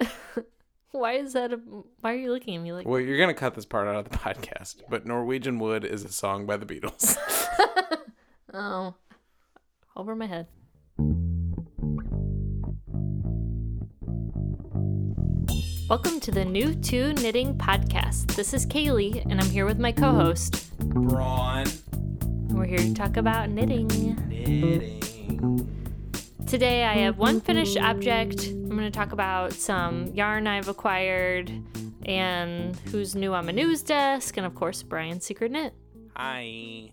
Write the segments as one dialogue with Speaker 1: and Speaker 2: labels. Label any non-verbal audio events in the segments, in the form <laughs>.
Speaker 1: <laughs> Why is that? A, why are you looking at me like?
Speaker 2: Well, you're gonna cut this part out of the <laughs> podcast, but Norwegian Wood is a song by the Beatles.
Speaker 1: <laughs> Oh, over my head. Welcome to the New Two Knitting Podcast. This is Kaylee, and I'm here with my co host.
Speaker 2: Brawn
Speaker 1: We're here to talk about knitting.
Speaker 2: knitting.
Speaker 1: Today, I have one finished object. I'm going to talk about some yarn I've acquired and who's new on my news desk, and of course, Brian's Secret Knit.
Speaker 2: Hi.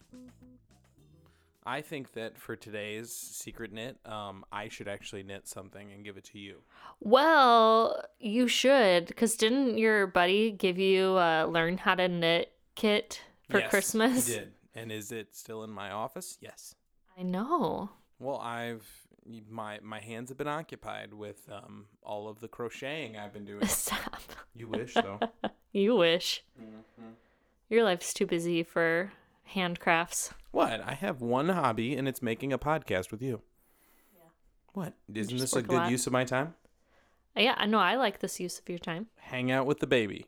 Speaker 2: I think that for today's secret knit, um, I should actually knit something and give it to you.
Speaker 1: Well, you should, because didn't your buddy give you a learn how to knit kit for
Speaker 2: Yes,
Speaker 1: Christmas?
Speaker 2: You did. And is it still in my office? Yes.
Speaker 1: I know. <laughs>
Speaker 2: Well, I've my my hands have been occupied with um all of the crocheting I've
Speaker 1: <laughs>
Speaker 2: been doing.
Speaker 1: Stop.
Speaker 2: you wish though.
Speaker 1: You wish.
Speaker 2: Mm-hmm.
Speaker 1: Your life's too busy for handcrafts.
Speaker 2: What? I have one hobby and it's making a podcast with you. What? Isn't
Speaker 1: just
Speaker 2: this a
Speaker 1: work a
Speaker 2: good
Speaker 1: lot.
Speaker 2: use of my time?
Speaker 1: Uh, Yeah, I know. I like this use of your time.
Speaker 2: Hang out with the baby,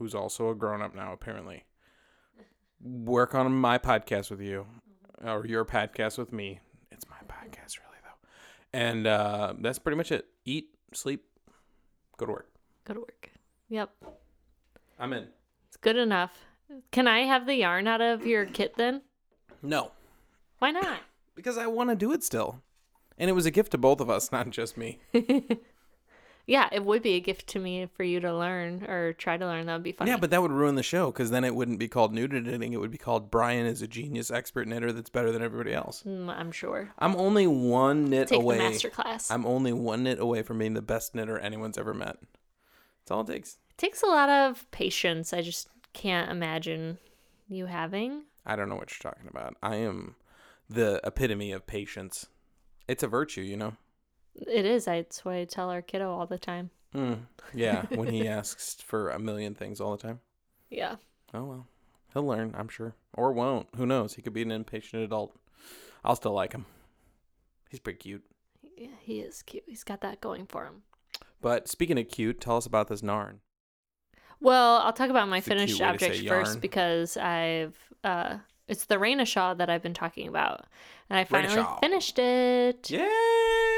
Speaker 2: who's also a grown up now, apparently. Work on my podcast with you,
Speaker 1: Mm-hmm.
Speaker 2: or your podcast with me. It's
Speaker 1: <laughs>
Speaker 2: my podcast, really, though. And uh, that's pretty much it. Eat, sleep, go to work.
Speaker 1: Go to work. Yep.
Speaker 2: I'm in.
Speaker 1: It's good enough. Can I have the yarn out of your kit then?
Speaker 2: No,
Speaker 1: Why not?
Speaker 2: because I want to do it still. And it was a gift to both of us, not just me.
Speaker 1: Yeah, it would be a gift to me for you to learn or try to learn. That would be fun.
Speaker 2: Yeah, but that would ruin the show because then it wouldn't be called new to knitting. It would be called Brian is a genius expert knitter that's better than everybody else.
Speaker 1: Mm, I'm sure.
Speaker 2: I'm only one knit
Speaker 1: Take
Speaker 2: away.
Speaker 1: the master class.
Speaker 2: I'm only one knit away from being the best knitter anyone's ever met. That's all it takes.
Speaker 1: It takes a lot of patience. I just can't imagine you having.
Speaker 2: I don't know what you're talking about. I am the epitome of patience. It's a virtue, you know?
Speaker 1: It is. I, it's what I tell our kiddo all the time.
Speaker 2: Mm.
Speaker 1: <laughs>
Speaker 2: Yeah, when he asks for a million things all the time.
Speaker 1: Yeah.
Speaker 2: Oh, well. He'll learn, I'm sure. Or won't. Who knows? He could be an impatient adult. I'll still like him. He's pretty cute.
Speaker 1: Yeah, he is cute. He's got that going for him.
Speaker 2: But speaking of cute, tell us about this Narn.
Speaker 1: Well, I'll talk about my
Speaker 2: It's a cute
Speaker 1: finished
Speaker 2: way to say
Speaker 1: object
Speaker 2: yarn.
Speaker 1: first because I've uh it's the Raina shawl that I've been talking about. And I finally
Speaker 2: shawl.
Speaker 1: finished it.
Speaker 2: Yay!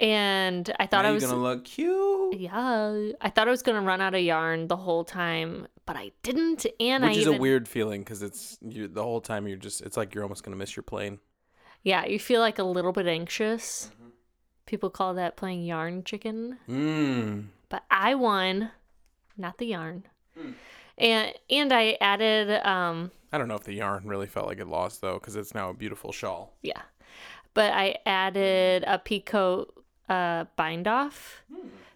Speaker 1: And I thought
Speaker 2: now
Speaker 1: I
Speaker 2: you're
Speaker 1: was
Speaker 2: gonna look cute.
Speaker 1: Yeah. I thought I was gonna run out of yarn the whole time, but I didn't and I
Speaker 2: Which is
Speaker 1: even
Speaker 2: a weird feeling because it's you the whole time you're just it's like you're almost gonna miss your plane.
Speaker 1: Yeah, you feel like a little bit anxious. People call that playing yarn chicken.
Speaker 2: Mmm.
Speaker 1: but I won, not the yarn. And and I added um
Speaker 2: I don't know if the yarn really felt like it lost though, because it's now a beautiful shawl.
Speaker 1: yeah, but I added a picot uh bind off.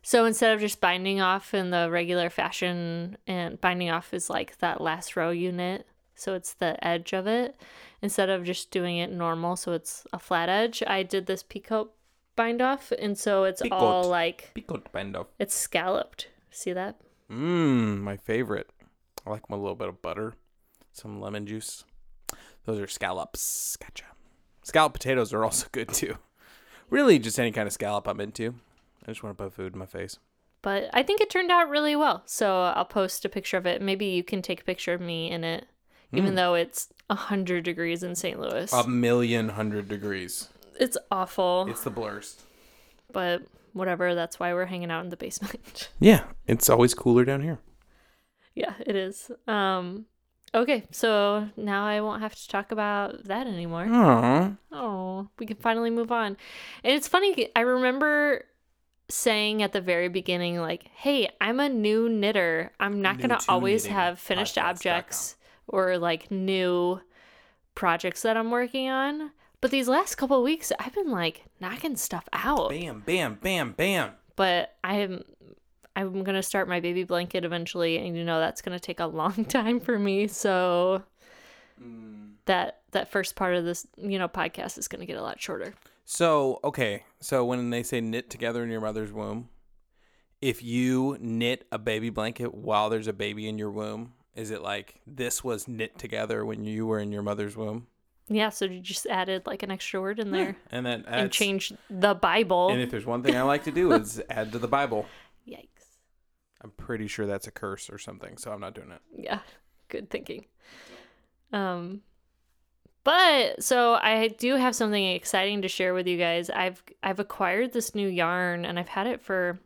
Speaker 1: So instead of just binding off in the regular fashion, and binding off is like that last row unit, so it's the edge of it. Instead of just doing it normal, so it's a flat edge, I did this picot bind off, and so it's
Speaker 2: Picot.
Speaker 1: all like
Speaker 2: Picot bend up.
Speaker 1: it's scalloped. See that?
Speaker 2: Mmm, my favorite. I like my little bit of butter, some lemon juice. Those are scallops. Gotcha. Scallop potatoes are also <laughs> good too. Really, just any kind of scallop I'm into. I just want to put food in my face.
Speaker 1: but I think it turned out really well. So I'll post a picture of it. Maybe you can take a picture of me in it, even though it's 100 degrees in St. Louis.
Speaker 2: A million hundred degrees.
Speaker 1: it's awful,
Speaker 2: Um, It's the blurst.
Speaker 1: but whatever. That's why we're hanging out in the basement. <laughs>
Speaker 2: Yeah, it's always cooler down here.
Speaker 1: yeah, it is. Um, okay, so now I won't have to talk about that anymore.
Speaker 2: Aww.
Speaker 1: Oh, we can finally move on. And it's funny, I remember saying at the very beginning, like, hey, I'm a new knitter. I'm not
Speaker 2: New
Speaker 1: going to
Speaker 2: to
Speaker 1: always
Speaker 2: knitting
Speaker 1: have finished
Speaker 2: podcast.com.
Speaker 1: objects or like new projects that I'm working on. But these last couple of weeks, I've been like knocking stuff out.
Speaker 2: Bam, bam, bam, bam.
Speaker 1: But I'm. I'm gonna start my baby blanket eventually, and you know that's gonna take a long <laughs> time for me. So
Speaker 2: Mm.
Speaker 1: that that first part of this, you know, podcast is gonna get a lot shorter.
Speaker 2: So, okay. So, when they say knit together in your mother's womb, if you knit a baby blanket while there's a baby in your womb, is it like this was knit together when you were in your mother's womb?
Speaker 1: Yeah, so you just added like an extra word in there
Speaker 2: And then
Speaker 1: and
Speaker 2: that's-
Speaker 1: changed the Bible.
Speaker 2: And if there's one thing I like to do is add to the Bible.
Speaker 1: Yikes.
Speaker 2: I'm pretty sure that's a curse or something, so I'm not doing it.
Speaker 1: Yeah, good thinking. Um, but so I do have something exciting to share with you guys. I've I've acquired this new yarn and I've had it for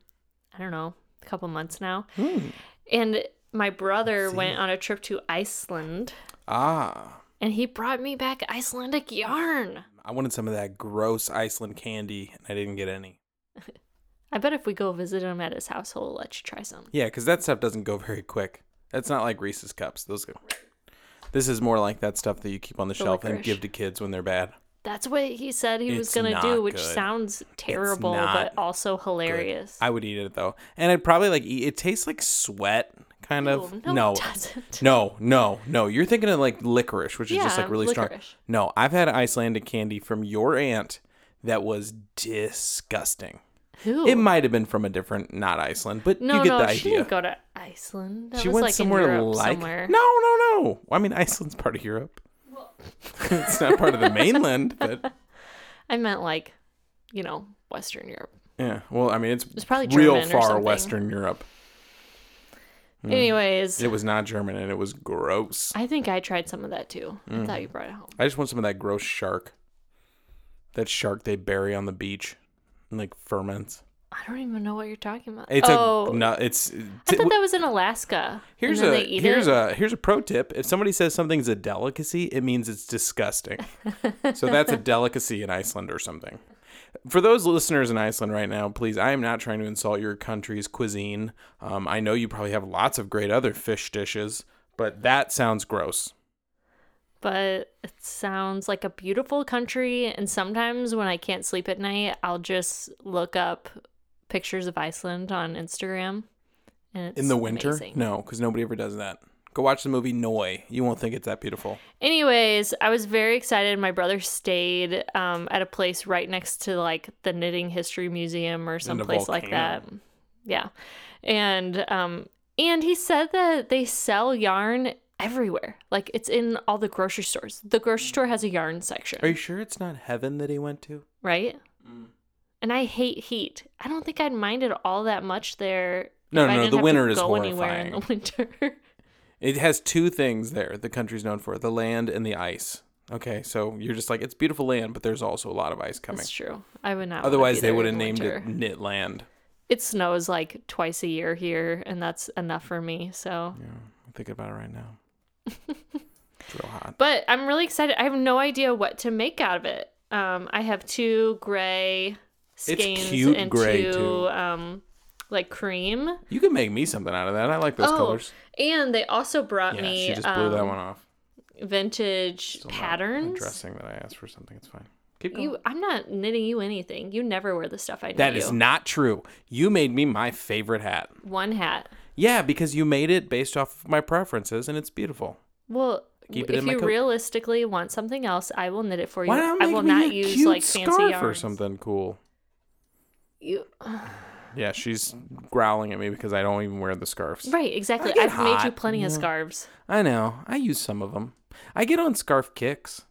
Speaker 1: I don't know a couple months now. And my brother
Speaker 2: Hmm. Let's see.
Speaker 1: went on a trip to Iceland
Speaker 2: Ah,
Speaker 1: and he brought me back Icelandic yarn.
Speaker 2: I wanted some of that gross Iceland candy, and I didn't get any.
Speaker 1: I bet if we go visit him at his house, he'll let you try some.
Speaker 2: Yeah, because that stuff doesn't go <laughs> very quick. That's not like Reese's cups. Those go. This is more like that stuff that you keep on the, shelf and
Speaker 1: licorice.
Speaker 2: give to kids when they're bad.
Speaker 1: That's what he said he was
Speaker 2: It's
Speaker 1: gonna
Speaker 2: not
Speaker 1: do, which
Speaker 2: good.
Speaker 1: sounds terrible
Speaker 2: not
Speaker 1: but also hilarious.
Speaker 2: I would eat it though, and I'd probably like eat. It tastes like sweat, kind
Speaker 1: Oh,
Speaker 2: of.
Speaker 1: no,
Speaker 2: no,
Speaker 1: it doesn't.
Speaker 2: no, no, no. You're thinking of like licorice, which is just
Speaker 1: Yeah,
Speaker 2: like really
Speaker 1: licorice.
Speaker 2: strong. No, I've had Icelandic candy from your aunt that was disgusting.
Speaker 1: Who?
Speaker 2: <laughs> It might have been from a different, not Iceland, but
Speaker 1: no,
Speaker 2: you get
Speaker 1: no,
Speaker 2: the
Speaker 1: she
Speaker 2: idea.
Speaker 1: didn't go to Iceland. That
Speaker 2: she
Speaker 1: was
Speaker 2: went
Speaker 1: like in
Speaker 2: somewhere
Speaker 1: Europe
Speaker 2: like
Speaker 1: somewhere.
Speaker 2: no, no, no. Well, I mean, <laughs> Iceland's part of Europe. <laughs> it's not part of the mainland, but
Speaker 1: I meant like, you know, Western Europe.
Speaker 2: yeah. Well, I mean, it's,
Speaker 1: probably
Speaker 2: real
Speaker 1: German or
Speaker 2: far
Speaker 1: something.
Speaker 2: Western Europe.
Speaker 1: Anyways,
Speaker 2: Hmm. It was not German, and it was gross.
Speaker 1: I think I tried some of that too.
Speaker 2: Hmm.
Speaker 1: I thought you brought it home.
Speaker 2: I just want some of that gross shark. That shark they bury on the beach and like ferments.
Speaker 1: I don't even know what you're talking about.
Speaker 2: It's
Speaker 1: oh,
Speaker 2: a no. It's
Speaker 1: I thought that was in Alaska. and
Speaker 2: here's
Speaker 1: then
Speaker 2: a
Speaker 1: they eat
Speaker 2: here's
Speaker 1: it.
Speaker 2: a here's a pro tip. If somebody says something's a delicacy, it means it's disgusting. so that's
Speaker 1: <laughs>
Speaker 2: a delicacy in Iceland or something. For those listeners in Iceland right now, please, I am not trying to insult your country's cuisine. Um, I know you probably have lots of great other fish dishes, but that sounds gross.
Speaker 1: but it sounds like a beautiful country. And sometimes when I can't sleep at night, I'll just look up pictures of Iceland on Instagram. And it's
Speaker 2: In the winter?
Speaker 1: amazing.
Speaker 2: No, because nobody ever does that. Go watch the movie Noi. You won't think it's that beautiful.
Speaker 1: Anyways, I was very excited. My brother stayed um, at a place right next to like the Knitting History Museum or some place like that.
Speaker 2: volcano.
Speaker 1: Yeah, and um, and he said that they sell yarn everywhere. Like it's in all the grocery stores. The grocery store has a yarn section,
Speaker 2: Are you sure it's not heaven that he went to?
Speaker 1: right?
Speaker 2: Mm.
Speaker 1: And I hate heat. I don't think I'd mind it all that much there.
Speaker 2: No,
Speaker 1: if I
Speaker 2: no,
Speaker 1: didn't
Speaker 2: no, the
Speaker 1: have to
Speaker 2: winter is
Speaker 1: go anywhere in
Speaker 2: horrifying.
Speaker 1: the <laughs> winter.
Speaker 2: It has two things there the country's known for the land and the ice. Okay, so you're just like, it's beautiful land, but there's also a lot of ice coming.
Speaker 1: That's true. I would not. wanna
Speaker 2: Otherwise,
Speaker 1: be
Speaker 2: they
Speaker 1: there
Speaker 2: would
Speaker 1: in
Speaker 2: have
Speaker 1: the
Speaker 2: named
Speaker 1: winter.
Speaker 2: it Knit Land.
Speaker 1: it snows like twice a year here and that's enough for me so
Speaker 2: Yeah, I'm thinking about it
Speaker 1: <laughs>
Speaker 2: right now. it's real hot.
Speaker 1: but i'm really excited i have no idea what to make out of it um i have two gray skeins
Speaker 2: cute
Speaker 1: and
Speaker 2: gray,
Speaker 1: two
Speaker 2: too.
Speaker 1: um like cream
Speaker 2: You can make me something out of that. I like those
Speaker 1: oh
Speaker 2: colors.
Speaker 1: and they also brought
Speaker 2: Yeah,
Speaker 1: me
Speaker 2: she just blew that
Speaker 1: um,
Speaker 2: one off.
Speaker 1: vintage
Speaker 2: Still not
Speaker 1: patterns
Speaker 2: Addressing that I asked for something. It's fine. Keep going.
Speaker 1: you i'm not knitting you anything you never wear the stuff i knit
Speaker 2: That
Speaker 1: you.
Speaker 2: is not true. You made me my favorite hat.
Speaker 1: one hat
Speaker 2: Yeah, because you made it based off of my preferences, and it's beautiful.
Speaker 1: well
Speaker 2: Keep it
Speaker 1: if
Speaker 2: in my
Speaker 1: you
Speaker 2: coat.
Speaker 1: realistically want something else, I will knit it for you.
Speaker 2: Why not
Speaker 1: I
Speaker 2: make
Speaker 1: will
Speaker 2: me
Speaker 1: not
Speaker 2: a
Speaker 1: use
Speaker 2: cute
Speaker 1: like fancy
Speaker 2: scarf or
Speaker 1: yarns.
Speaker 2: something cool?
Speaker 1: You,
Speaker 2: Yeah, she's growling at me because I don't even wear the scarves.
Speaker 1: Right, exactly.
Speaker 2: get
Speaker 1: I've made you
Speaker 2: hot,
Speaker 1: plenty of
Speaker 2: yeah.
Speaker 1: scarves.
Speaker 2: I know. I use some of them. I get on scarf kicks.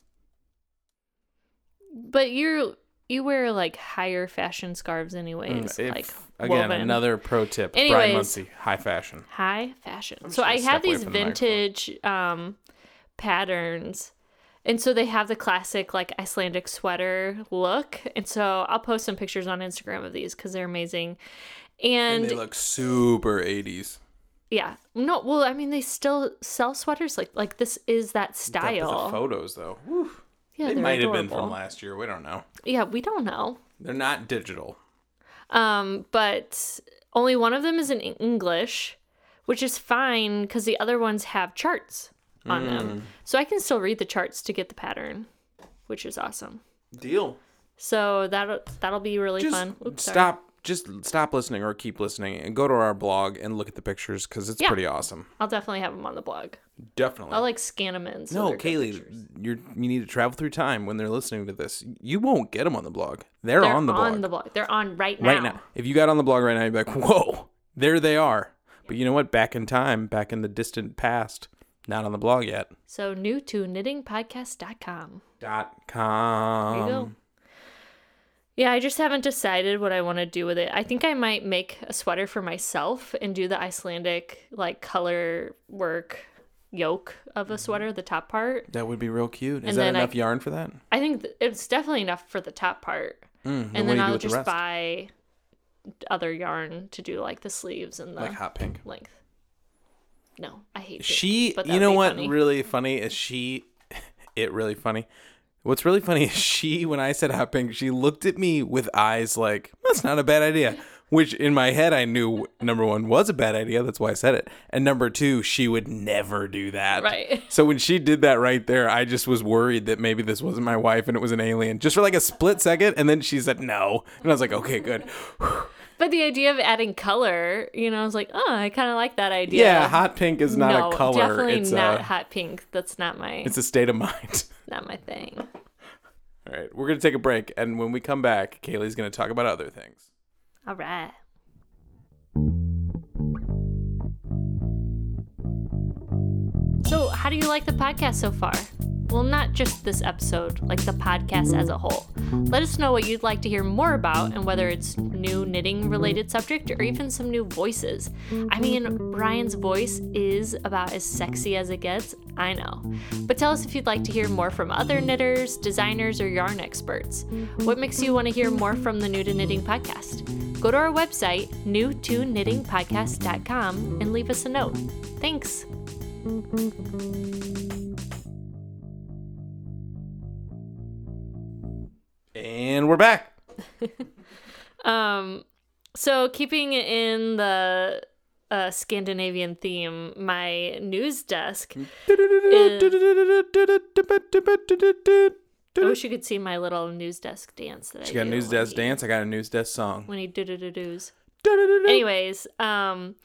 Speaker 1: But you're you wear like higher fashion scarves anyways.
Speaker 2: Mm, If-
Speaker 1: like
Speaker 2: again,
Speaker 1: woven.
Speaker 2: another pro tip. Brian
Speaker 1: Anyways.
Speaker 2: Muncy, high fashion.
Speaker 1: high fashion.
Speaker 2: just
Speaker 1: so
Speaker 2: gonna
Speaker 1: I
Speaker 2: step
Speaker 1: have
Speaker 2: away
Speaker 1: these
Speaker 2: from the microphone.
Speaker 1: vintage um patterns. And so they have the classic like Icelandic sweater look. And so I'll post some pictures on Instagram of these cuz they're amazing. And,
Speaker 2: they look super 80s.
Speaker 1: yeah. No, well, I mean they still sell sweaters like like this is that
Speaker 2: The
Speaker 1: style.
Speaker 2: photos, though. Whew.
Speaker 1: yeah,
Speaker 2: They
Speaker 1: they're
Speaker 2: might
Speaker 1: adorable.
Speaker 2: have been from last year. We don't know.
Speaker 1: Yeah, we don't know.
Speaker 2: They're not digital.
Speaker 1: Um, but only one of them is in English, which is fine because the other ones have charts on
Speaker 2: Hmm.
Speaker 1: them. So I can still read the charts to get the pattern, which is awesome.
Speaker 2: Deal.
Speaker 1: So that'll that'll be really
Speaker 2: Just
Speaker 1: fun. Oops, sorry.
Speaker 2: stop. Just stop listening or keep listening and go to our blog and look at the pictures because it's
Speaker 1: Yeah.
Speaker 2: pretty awesome.
Speaker 1: I'll definitely have them on the blog.
Speaker 2: Definitely.
Speaker 1: I'll like scan them in. So
Speaker 2: No,
Speaker 1: they're good
Speaker 2: Kaylee,
Speaker 1: pictures.
Speaker 2: you're you need to travel through time when they're listening to this. You won't get them on the blog. They're,
Speaker 1: They're
Speaker 2: on the blog
Speaker 1: They're on right now.
Speaker 2: right now. If you got on the blog right now, you'd be like, "Whoa, there they are." But you know what? Back in time, back in the distant past, not on the blog yet.
Speaker 1: So new to knittingpodcast.com.
Speaker 2: Dot
Speaker 1: There
Speaker 2: com.
Speaker 1: you go. Um, Yeah, I just haven't decided what I want to do with it. I think I might make a sweater for myself and do the Icelandic like color work yoke of
Speaker 2: Mm-hmm.
Speaker 1: a sweater, the top part.
Speaker 2: That would be real cute. Is
Speaker 1: And
Speaker 2: that
Speaker 1: then I-
Speaker 2: enough yarn for that?
Speaker 1: I think th- it's definitely enough for the top part.
Speaker 2: Mm,
Speaker 1: and
Speaker 2: what
Speaker 1: then
Speaker 2: do you do
Speaker 1: I'll
Speaker 2: with the
Speaker 1: just
Speaker 2: rest?
Speaker 1: buy other yarn to do like the sleeves and the
Speaker 2: like hot pink.
Speaker 1: length. No, I hate pink,
Speaker 2: She,
Speaker 1: but
Speaker 2: you
Speaker 1: that'd
Speaker 2: know
Speaker 1: be
Speaker 2: what?
Speaker 1: funny.
Speaker 2: Really funny is she. <laughs> It really funny. What's really funny is she. When I said hot pink, she looked at me with eyes like that's not a bad idea. Which in my head I knew number one was a bad idea. That's why I said it. And number two, she would never do that.
Speaker 1: Right. <laughs>
Speaker 2: So when she did that right there, I just was worried that maybe this wasn't my wife and it was an alien, just for like a split second. And then she said no, and I was like, okay, good.
Speaker 1: But the idea of adding color, you know, I was like, oh, I kind of like that idea.
Speaker 2: Yeah, hot pink is not
Speaker 1: no,
Speaker 2: a color.
Speaker 1: definitely
Speaker 2: it's
Speaker 1: not
Speaker 2: a
Speaker 1: hot pink. That's not my
Speaker 2: it's a state of mind. <laughs>
Speaker 1: not my thing.
Speaker 2: All right, we're gonna take a break, and when we come back, Kaylee's gonna talk about other things.
Speaker 1: All right. So, how do you like the podcast so far? Well, not just this episode, like the podcast as a whole. Let us know what you'd like to hear more about and whether it's new knitting related subject or even some new voices. I mean, Ryan's voice is about as sexy as it gets, I know. But tell us if you'd like to hear more from other knitters, designers, or yarn experts. What makes you want to hear more from the New to Knitting podcast? Go to our website, new2knittingpodcast.com, and leave us a note. Thanks.
Speaker 2: And we're back.
Speaker 1: Um, so keeping in the uh, Scandinavian theme, my news desk. I
Speaker 2: She
Speaker 1: wish you could see my little news desk dance. That I
Speaker 2: got a
Speaker 1: do
Speaker 2: news
Speaker 1: when
Speaker 2: desk
Speaker 1: he-
Speaker 2: dance. I got a news desk song.
Speaker 1: when he do do do doos. Anyways, um,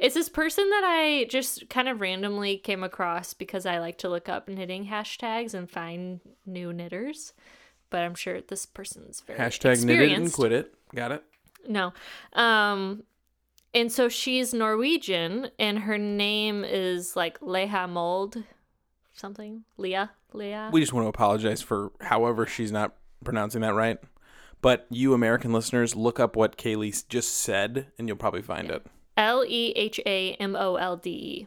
Speaker 1: it's this person that I just kind of randomly came across because I like to look up knitting hashtags and find new knitters. But I'm sure this person's very
Speaker 2: Hashtag knit it and
Speaker 1: experienced.
Speaker 2: quit it. Got it.
Speaker 1: No. Um and so she's Norwegian and her name is like Leha Mold something. Leah. Leah.
Speaker 2: We just want to apologize for however she's not pronouncing that right. But you American listeners, look up what Kaylee just said, and you'll probably find it.
Speaker 1: L E H A M O L D E.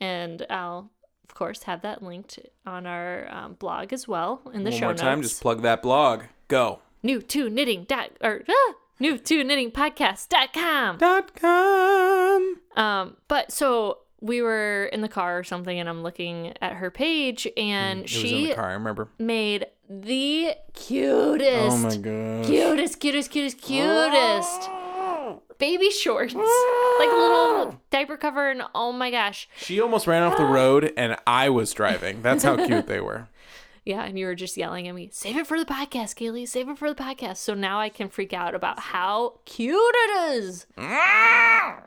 Speaker 1: And I'll of course have that linked on our um, blog as well in the
Speaker 2: One
Speaker 1: show
Speaker 2: more
Speaker 1: notes.
Speaker 2: time, just plug that blog. Go.
Speaker 1: new to knitting dot or ah, new to knitting podcast dot com.
Speaker 2: Dot com.
Speaker 1: Um, but so we were in the car or something and I'm looking at her page and
Speaker 2: Mm, It was in
Speaker 1: she
Speaker 2: the car. I remember.
Speaker 1: made the cutest,
Speaker 2: Oh my god.
Speaker 1: cutest, cutest, cutest,
Speaker 2: <gasps>
Speaker 1: cutest baby shorts, like little diaper cover, and oh my gosh,
Speaker 2: She almost ran off the
Speaker 1: Ah.
Speaker 2: road and I was driving. That's how cute they were.
Speaker 1: <laughs> yeah. And you were just yelling at me, save it for the podcast, Kaylee, save it for the podcast. So now I can freak out about how cute it
Speaker 2: <laughs>
Speaker 1: is.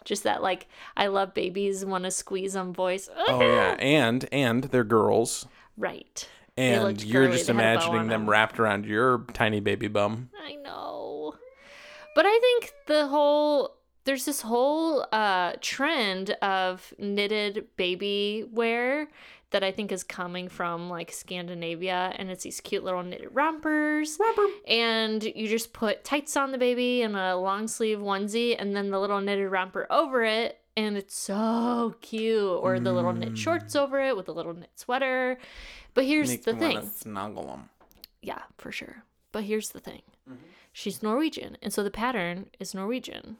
Speaker 1: Just that, like, I love babies, want to squeeze them voice.
Speaker 2: Oh yeah, and and they're girls,
Speaker 1: Right.
Speaker 2: and
Speaker 1: looked
Speaker 2: you're
Speaker 1: girly.
Speaker 2: just
Speaker 1: They had a bow
Speaker 2: imagining
Speaker 1: on
Speaker 2: them
Speaker 1: them.
Speaker 2: wrapped around your tiny baby bum.
Speaker 1: I know. But I think the whole there's this whole uh trend of knitted baby wear that I think is coming from like Scandinavia and it's these cute little knitted rompers. And you just put tights on the baby and a long sleeve onesie and then the little knitted romper over it and it's so cute or the little knit shorts over it with a little knit sweater. But here's
Speaker 2: Mm. Makes
Speaker 1: the
Speaker 2: me
Speaker 1: thing
Speaker 2: wanna snuggle 'em.
Speaker 1: yeah, for sure. But here's the thing she's Norwegian. And so the pattern is Norwegian.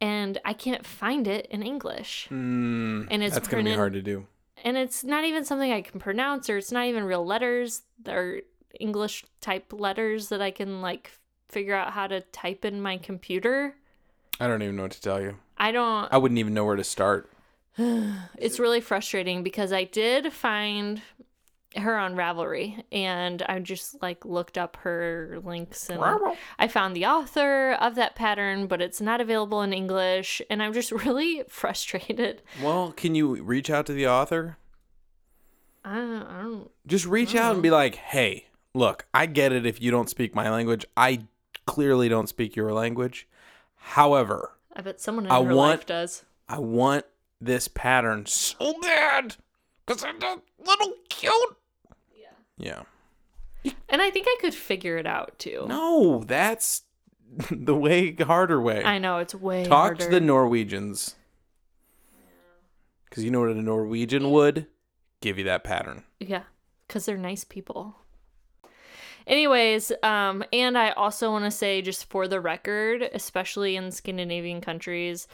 Speaker 1: And I can't find it in English.
Speaker 2: Mm,
Speaker 1: And it's
Speaker 2: that's gonna be
Speaker 1: printed-
Speaker 2: hard to do.
Speaker 1: And it's not even something I can pronounce, or it's not even real letters or English type letters that I can like figure out how to type in my computer.
Speaker 2: I don't even know what to tell you.
Speaker 1: I don't.
Speaker 2: I wouldn't even know where to start.
Speaker 1: it's really frustrating because I did find her on Ravelry and I just like looked up her links and I found the author of that pattern, but it's not available in English and I'm just <laughs> really frustrated.
Speaker 2: Well, can you reach out to the author?
Speaker 1: I don't, I don't
Speaker 2: Just reach out and be like, hey, look, I get it if you don't speak my language. I clearly don't speak your language. However,
Speaker 1: I bet someone in
Speaker 2: I
Speaker 1: her
Speaker 2: want-
Speaker 1: life does.
Speaker 2: I want this pattern so bad because it's a little cute. Yeah. Yeah.
Speaker 1: And I think I could figure it out too.
Speaker 2: No, that's <laughs> the way harder way.
Speaker 1: I know it's way
Speaker 2: Talk to
Speaker 1: harder.
Speaker 2: the Norwegians. Because you know what a Norwegian would? Give you that pattern.
Speaker 1: Yeah, because they're nice people. Anyways, um, and I also want to say, just for the record, especially in Scandinavian countries,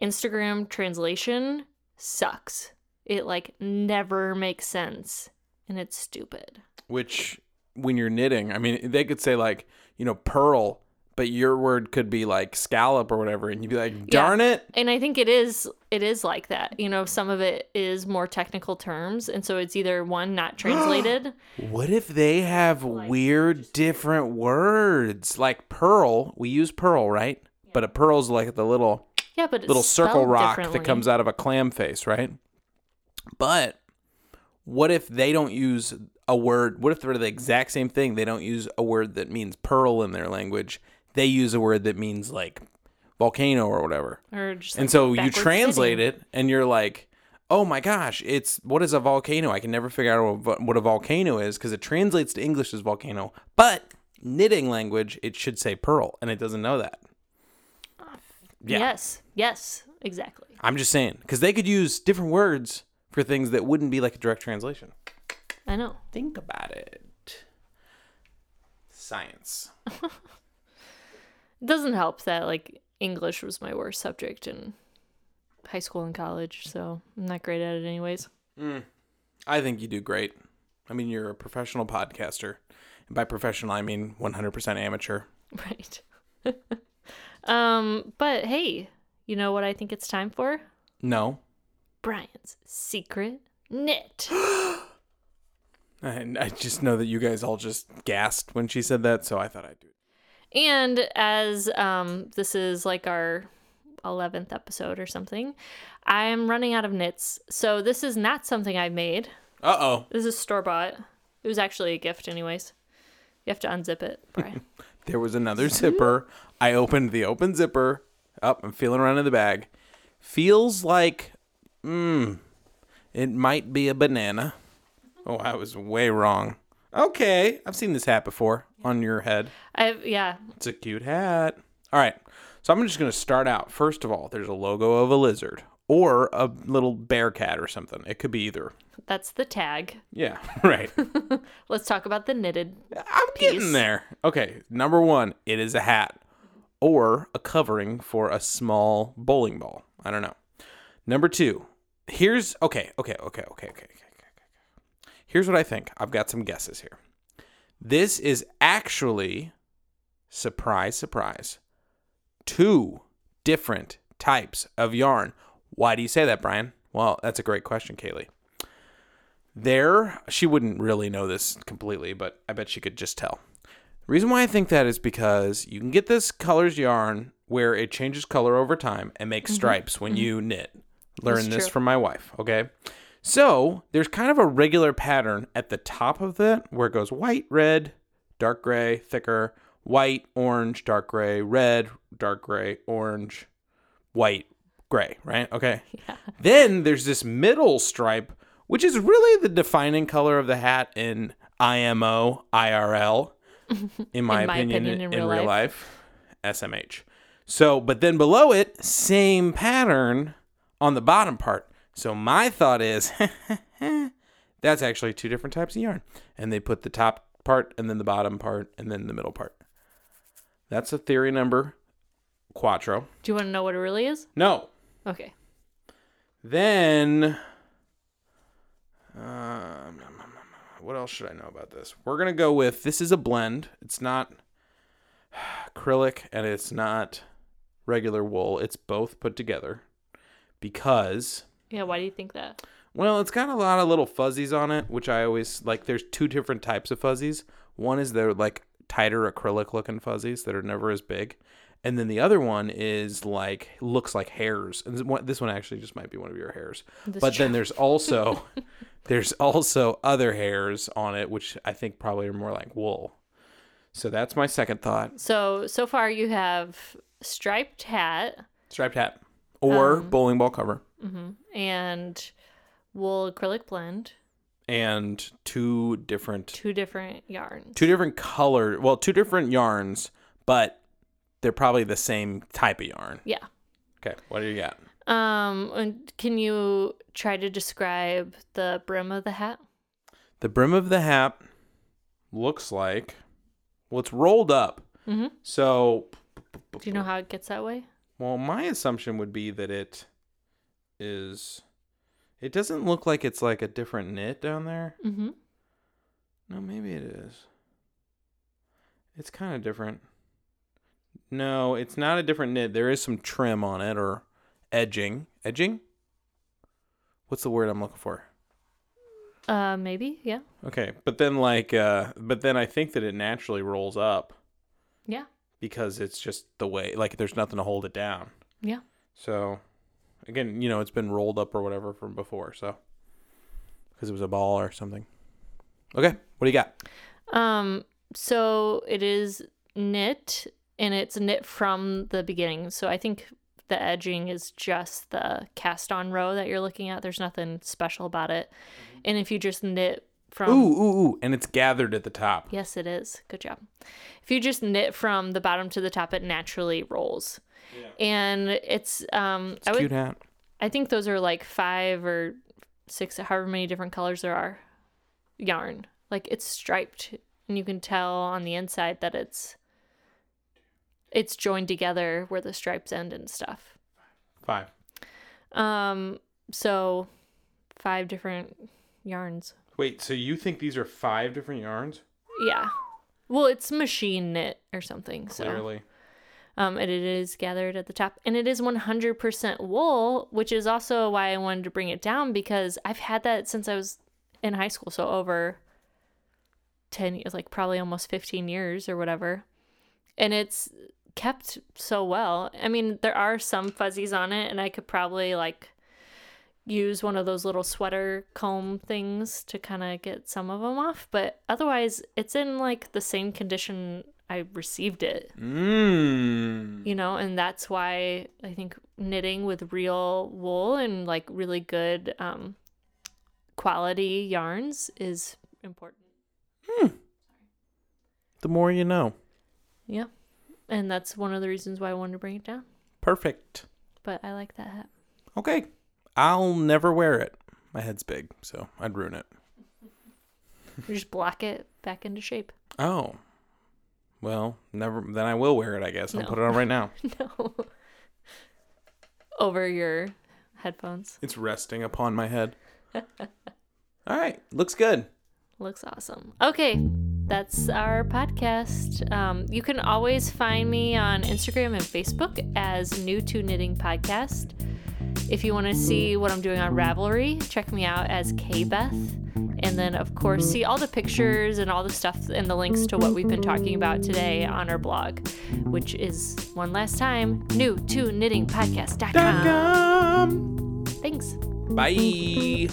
Speaker 1: Instagram translation sucks. It like never makes sense and it's stupid.
Speaker 2: Which, when you're knitting, I mean, they could say, like, you know, pearl, but your word could be like scallop or whatever. And you'd be like, darn it.
Speaker 1: And I think it is it is like that. You know, some of it is more technical terms and so it's either one
Speaker 2: <gasps>
Speaker 1: not translated.
Speaker 2: What if they have weird, different words? Like pearl, we use pearl, right? But a pearl's like the little
Speaker 1: yeah, but it's
Speaker 2: little circle
Speaker 1: spelled
Speaker 2: rock that
Speaker 1: differently.
Speaker 2: comes out of a clam face, right? But what if they don't use a word? What if they're the exact same thing? They don't use a word that means pearl in their language. They use a word that means like volcano or whatever.
Speaker 1: or just
Speaker 2: And
Speaker 1: like
Speaker 2: so you
Speaker 1: backwards
Speaker 2: translate
Speaker 1: fitting.
Speaker 2: it and you're like, oh my gosh, it's what is a volcano? I can never figure out what- what a volcano is because it translates to English as volcano. But knitting language, it should say pearl and it doesn't know that. Yeah.
Speaker 1: Yes. Yes, exactly.
Speaker 2: I'm just saying because they could use different words for things that wouldn't be like a direct translation.
Speaker 1: I know.
Speaker 2: Think about it. Science.
Speaker 1: It doesn't help that like English was my worst subject in high school and college, so I'm not great at it anyways. <laughs>
Speaker 2: I think you do great. I mean, you're a professional podcaster. And by professional, I mean 100% amateur.
Speaker 1: Right. <laughs> um, but hey, you know what I think it's time for?
Speaker 2: No.
Speaker 1: Brian's secret knit.
Speaker 2: And I just know that you guys all just gasped when she said that, so I thought I'd do it.
Speaker 1: and as um this is like our 11th episode or something, I'm running out of knits. So this is not something I made.
Speaker 2: Uh oh.
Speaker 1: This is store bought. It was actually a gift anyways. You have to unzip it, Brian.
Speaker 2: There was another zipper. I opened the open zipper. Up, I'm feeling around in the bag. Feels like, mmm, it might be a banana. Oh, I was way wrong. Okay, I've seen this hat before on your head.
Speaker 1: I've yeah,
Speaker 2: It's a cute hat. All right. So I'm just going to start out. First of all, there's a logo of a lizard or a little bear cat or something. It could be either.
Speaker 1: that's the tag.
Speaker 2: Yeah, <laughs> right.
Speaker 1: Let's talk about the knitted.
Speaker 2: I'm getting there. Okay, number one, it is a hat or a covering for a small bowling ball. I don't know. Number two, here's okay, okay, okay, okay, okay, okay, okay, okay. Here's what I think. I've got some guesses here. This is actually surprise, surprise, two different types of yarn. Why do you say that, Brian? Well, that's a great question, Kaylee there she wouldn't really know this completely but i bet she could just tell the reason why i think that is because you can get this colors yarn where it changes color over time and makes stripes when you knit learn this
Speaker 1: true.
Speaker 2: from my wife okay so there's kind of a regular pattern at the top of that where it goes white red dark gray thicker white orange dark gray red dark gray orange white gray right <laughs> okay then there's this middle stripe, which is really the defining color of the hat in IMO, IRL, <laughs> in my,
Speaker 1: In my
Speaker 2: opinion,
Speaker 1: opinion,
Speaker 2: in, real, life. SMH. So, but then below it, same pattern on the bottom part. So my thought is <laughs> that's actually two different types of yarn. And they put the top part and then the bottom part and then the middle part. That's a theory number quattro.
Speaker 1: Do you want to know what it really is?
Speaker 2: No,
Speaker 1: Okay.
Speaker 2: then, um, what else should I know about this? We're gonna go with this is a blend. It's not <sighs> acrylic and it's not regular wool. It's both put together because
Speaker 1: Yeah. Why do you think that?
Speaker 2: well, it's got a lot of little fuzzies on it, which I always like. There's two different types of fuzzies. One is they're like tighter acrylic looking fuzzies that are never as big. And then the other one is like, looks like hairs. And this one, this one actually just might be one of your hairs. but then there's also, there's also other hairs on it, which I think probably are more like wool. So that's my second thought.
Speaker 1: So so far you have striped hat
Speaker 2: Striped hat or bowling ball cover
Speaker 1: and wool acrylic blend
Speaker 2: and two different
Speaker 1: Two different yarns.
Speaker 2: two different color well two different yarns but they're probably the same type of yarn
Speaker 1: Yeah.
Speaker 2: okay what do you got
Speaker 1: Um, and can you try to describe the brim of the hat?
Speaker 2: the brim of the hat looks like well it's rolled up
Speaker 1: Mhm.
Speaker 2: so
Speaker 1: Do you know how it gets that way?
Speaker 2: well my assumption would be that it is it doesn't look like it's like a different knit down there
Speaker 1: Mm-hmm.
Speaker 2: no maybe it is it's kind of different no it's not a different knit there is some trim on it or edging edging what's the word i'm looking for
Speaker 1: Uh, maybe. Yeah.
Speaker 2: okay but then like uh but then i think that it naturally rolls up
Speaker 1: Yeah.
Speaker 2: because it's just the way like there's nothing to hold it down.
Speaker 1: Yeah.
Speaker 2: So again, you know, it's been rolled up or whatever from before, so because it was a ball or something. Okay, what do you got?
Speaker 1: Um, so it is knit and it's knit from the beginning. So I think the edging is just the cast on row that you're looking at. There's nothing special about it. And if you just knit from
Speaker 2: ooh, ooh, ooh, and it's gathered at the top.
Speaker 1: Yes, it is. Good job. If you just knit from the bottom to the top, it naturally rolls. And it's um
Speaker 2: It's
Speaker 1: I
Speaker 2: a
Speaker 1: would
Speaker 2: cute hat.
Speaker 1: I think those are like five or six, however many different colors there are. Yarn. Like it's striped, and you can tell on the inside that it's it's joined together where the stripes end and stuff.
Speaker 2: Five.
Speaker 1: Um, so five different yarns.
Speaker 2: Wait, so you think these are five different yarns?
Speaker 1: Yeah. Well, it's machine knit or something. So.
Speaker 2: Clearly.
Speaker 1: um, and it is gathered at the top and it is 100% wool which is also why i wanted to bring it down because i've had that since i was in high school so over 10 years like probably almost 15 years or whatever and it's kept so well i mean there are some fuzzies on it and i could probably like use one of those little sweater comb things to kind of get some of them off but otherwise it's in like the same condition i received it
Speaker 2: Mmm.
Speaker 1: you know and that's why i think knitting with real wool and like really good um quality yarns is important
Speaker 2: The more you know.
Speaker 1: yeah and that's one of the reasons why i wanted to bring it down
Speaker 2: Perfect.
Speaker 1: but i like that hat
Speaker 2: Okay. I'll never wear it. My head's big, so I'd ruin it.
Speaker 1: you just block it back into shape <laughs>
Speaker 2: Oh. Well, never then I will wear it, I guess. I'll
Speaker 1: No.
Speaker 2: put it on
Speaker 1: <laughs>
Speaker 2: right now.
Speaker 1: no over your headphones
Speaker 2: It's resting upon my head. All right, looks good.
Speaker 1: Looks awesome. Okay, that's our podcast. Um, you can always find me on Instagram and Facebook as New to Knitting Podcast. If you want to see what I'm doing on Ravelry, check me out as KBeth. And then, of course, see all the pictures and all the stuff and the links to what we've been talking about today on our blog, which is one last time new to knittingpodcast.com.
Speaker 2: Dum-dum.
Speaker 1: Thanks.
Speaker 2: Bye.